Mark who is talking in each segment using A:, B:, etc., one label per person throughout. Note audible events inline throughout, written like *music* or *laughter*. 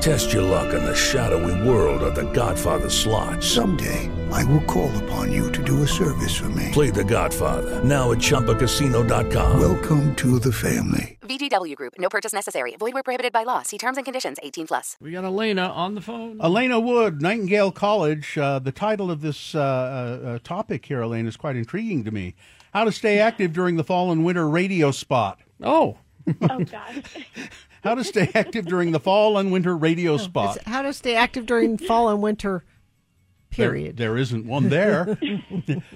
A: Test your luck in the shadowy world of The Godfather slot.
B: Someday, I will call upon you to do a service for me.
A: Play The Godfather now at ChumbaCasino.com.
B: Welcome to the family.
C: VGW Group. No purchase necessary. Void where prohibited by law. See terms and conditions. 18 plus.
D: We got Elena on the phone.
E: Elena Wood, Nightingale College. Uh, the title of this uh, uh, uh, topic here, Elena, is quite intriguing to me. How to stay active during the fall and winter radio spot.
D: Oh,
F: Oh gosh.
E: *laughs* How to stay active during the fall and winter radio spot.
G: It's how to stay active during fall and winter.
E: There-
G: Period.
E: there isn't
G: *laughs*
E: one there.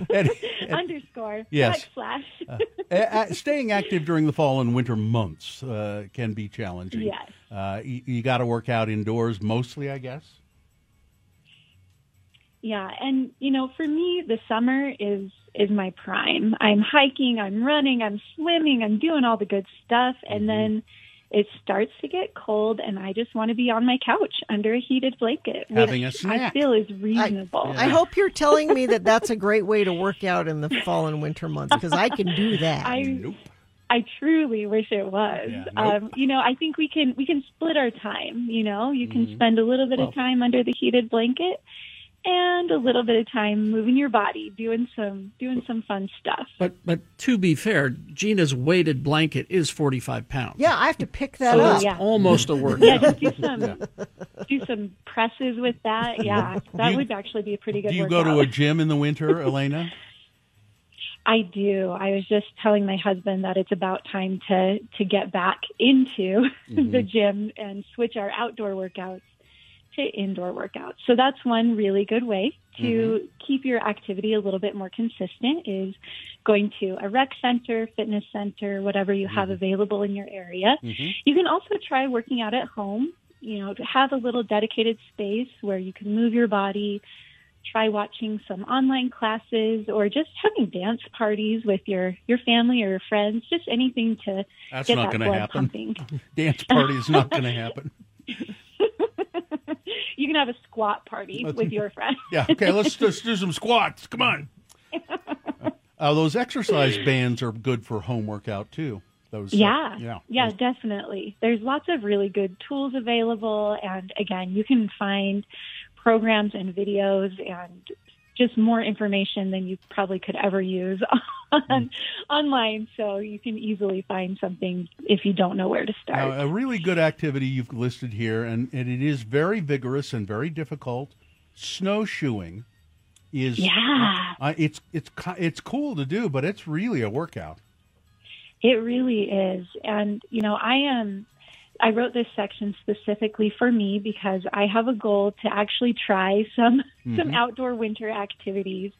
E: And-
F: Underscore.
E: Yes.
F: Backslash.
E: uh, uh, staying active during the fall and winter months uh, can be challenging.
F: Yes.
E: Uh, you you got to work out indoors mostly, I guess.
F: yeah, and you know, for me, the summer is is my prime. I'm hiking, I'm running, I'm swimming, I'm doing all the good stuff,
E: Mm-hmm.
F: and then it starts to get cold, and I just want to be on my couch under a heated blanket, which
E: Having a snack.
F: I feel is
G: I,
F: reasonable.
G: I hope you're telling me that that's a great way to work out in the fall and winter months because I can do that.
F: I I truly wish it was. um, you know, I think we can we can split our time. You know, you can
E: Mm-hmm.
F: spend a little bit of time under the heated blanket and a little bit of time moving your body, doing some doing some fun stuff.
D: but but to be fair, Gina's weighted blanket is forty five pounds.
G: yeah, I have to pick that
D: so
G: up.
D: that's
F: Yeah.
E: Oh.
D: almost a
F: *laughs* Yeah,
D: workout.
F: just do some do some presses with that. Yeah, that
E: You-
F: would actually be a pretty good.
E: Do you
F: workout.
E: go to a gym in the winter, Elena?
F: I do. I was just telling my husband that it's about time to to get back into *laughs* the
E: Mm-hmm.
F: gym and switch our outdoor workouts to indoor workouts. So that's one really good way to
E: Mm-hmm.
F: keep your activity a little bit more consistent is going to a rec center, fitness center, whatever you have
E: Mm-hmm.
F: available in your area. You can also try working out at home, you know, to have a little dedicated space where you can move your body, try watching some online classes or just having dance parties with your your family or your friends just anything to
E: That's
F: get that
E: not gonna
F: blood
E: happen.
F: pumping *laughs*
E: Dance party is not going to happen.
F: you can have a squat
E: *laughs*
F: party with your friends
E: Yeah. Okay. Let's let's do some squats.
F: *laughs*
E: Come on. Uh, those exercise bands are good for home workout too. Those. uh,
F: yeah
E: yeah.
F: definitely there's lots of really good tools available and again you can find programs and videos and just more information than you probably could ever use *laughs*
E: Mm.
F: on online so you can easily find something if you don't know where to start
E: Now, a really good activity you've listed here, and, and it is very vigorous and very difficult. Snowshoeing is
F: Yeah.
E: Uh, it's it's co- it's cool to do, but it's really a workout.
F: It really is. And, you know, I am, I wrote this section specifically for me because I have a goal to actually try some, *laughs* some outdoor winter activities.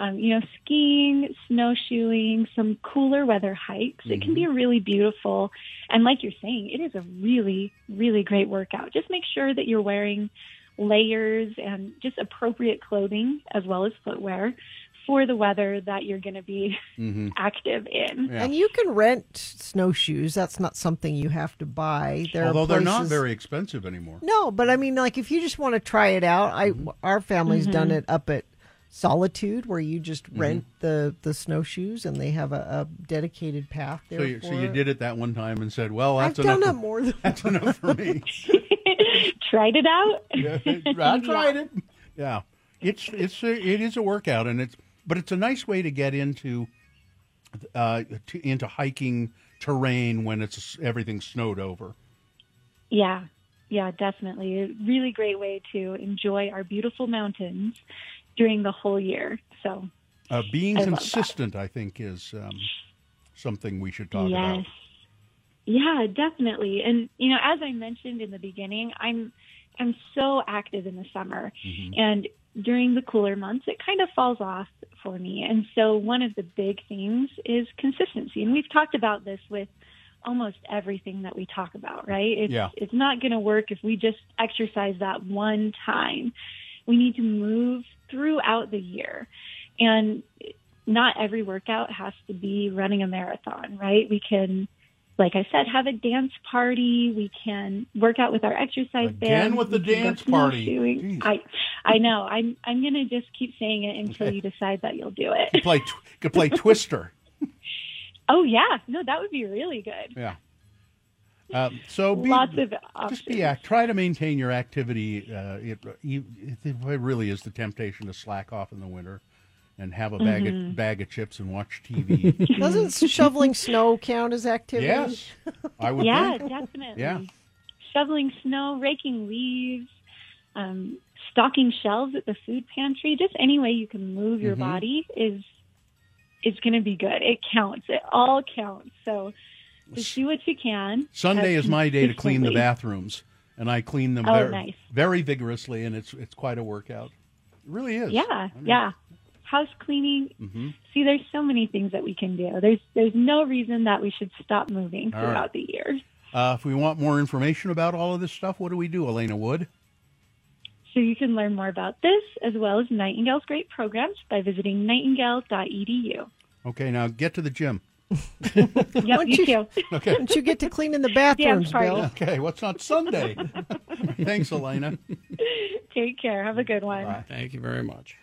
F: Um, you know, skiing, snowshoeing, some cooler weather hikes. It can be really beautiful. And like you're saying, it is a really, really great workout. Just make sure that you're wearing layers and just appropriate clothing as well as footwear for the weather that you're going to be *laughs* active in.
E: Yeah.
G: And you can rent snowshoes. That's not something you have to buy. There
E: Although
G: are
E: they're not
G: places-
E: very expensive anymore.
G: No, but I mean, like if you just want to try it out, I our family's done
F: Mm-hmm.
G: it up at Solitude, where you just rent the the snowshoes, and they have a, a dedicated path there.
E: So you, so
G: for
E: you
G: it.
E: did it that one time and said, "Well,
G: I've
E: that's
G: done
E: enough.
G: it
E: *laughs*
G: more than
E: That's enough
G: *laughs*
E: for me."
F: *laughs* tried it out.
E: I tried it. Yeah, it's it's a, it is a workout, and it's but it's a nice way to get into uh, to, into hiking terrain when it's everything's snowed over.
F: Yeah, yeah, definitely. A really great way to enjoy our beautiful mountains during the whole year. So,
E: Uh, being
F: I love that.
E: consistent, I think, is um, something we should talk
F: yes.
E: about.
F: Yeah, definitely. And you know, as I mentioned in the beginning, I'm I'm so active in the summer. And during the cooler months, it kind of falls off for me. And so one of the big things is consistency. And we've talked about this with almost everything that we talk about, right? It's
H: Yeah.
F: it's not going to work if we just exercise that one time. We need to move throughout the year. And not every workout has to be running a marathon, right? We can like I said, have a dance party. We can work out with our exercise band.
E: Again with the
F: We can go
E: dance party.
F: snowshoeing. I, I know. I'm, I'm gonna just keep saying it until you decide that you'll do it.
E: Could play, tw- could play Twister. *laughs*
F: Oh yeah, no, that would be really good.
E: Yeah. Uh, so be,
F: Lots of
E: just be act. Try to maintain your activity. Uh, it, you, it really is the temptation to slack off in the winter, and have a bag
G: Mhm.
F: Mm-hmm.
E: of bag of chips and
F: *laughs*
E: watch TV.
G: Doesn't shoveling snow count as activity?
E: yes, I would.
F: yeah,
E: think.
F: definitely.
E: Yeah.
F: Shoveling snow, raking leaves, um, stocking shelves at the food pantry. Just any way you can move your
I: Mhm.
E: Mm-hmm.
F: body is is going to be good. It counts. It all counts. So just do what you can.
E: Sunday
F: That's
E: is my day to clean the
F: consistently.
E: bathrooms, and I clean them
F: Oh,
E: very,
F: nice.
E: very vigorously, and it's it's quite a workout. It really is.
F: Yeah, yeah. House cleaning.
E: hmm
F: See, there's so many things that we can do. There's there's no reason that we should stop moving
E: All
F: throughout
E: right.
F: the year.
E: Uh, if we want more information about all of this stuff, what do we do, Elena Wood?
F: So you can learn more about this as well as Nightingale's great programs by visiting nightingale.edu.
E: Okay, now get to the gym.
F: Yep, you too. *laughs*
E: Okay.
G: Don't you get to cleaning the bathrooms,
F: bathrooms, party.
G: Bill?
F: Bill?
E: Okay, what's on Sunday? Thanks, Elena.
F: Take care. Have a good one.
D: Thank you very much.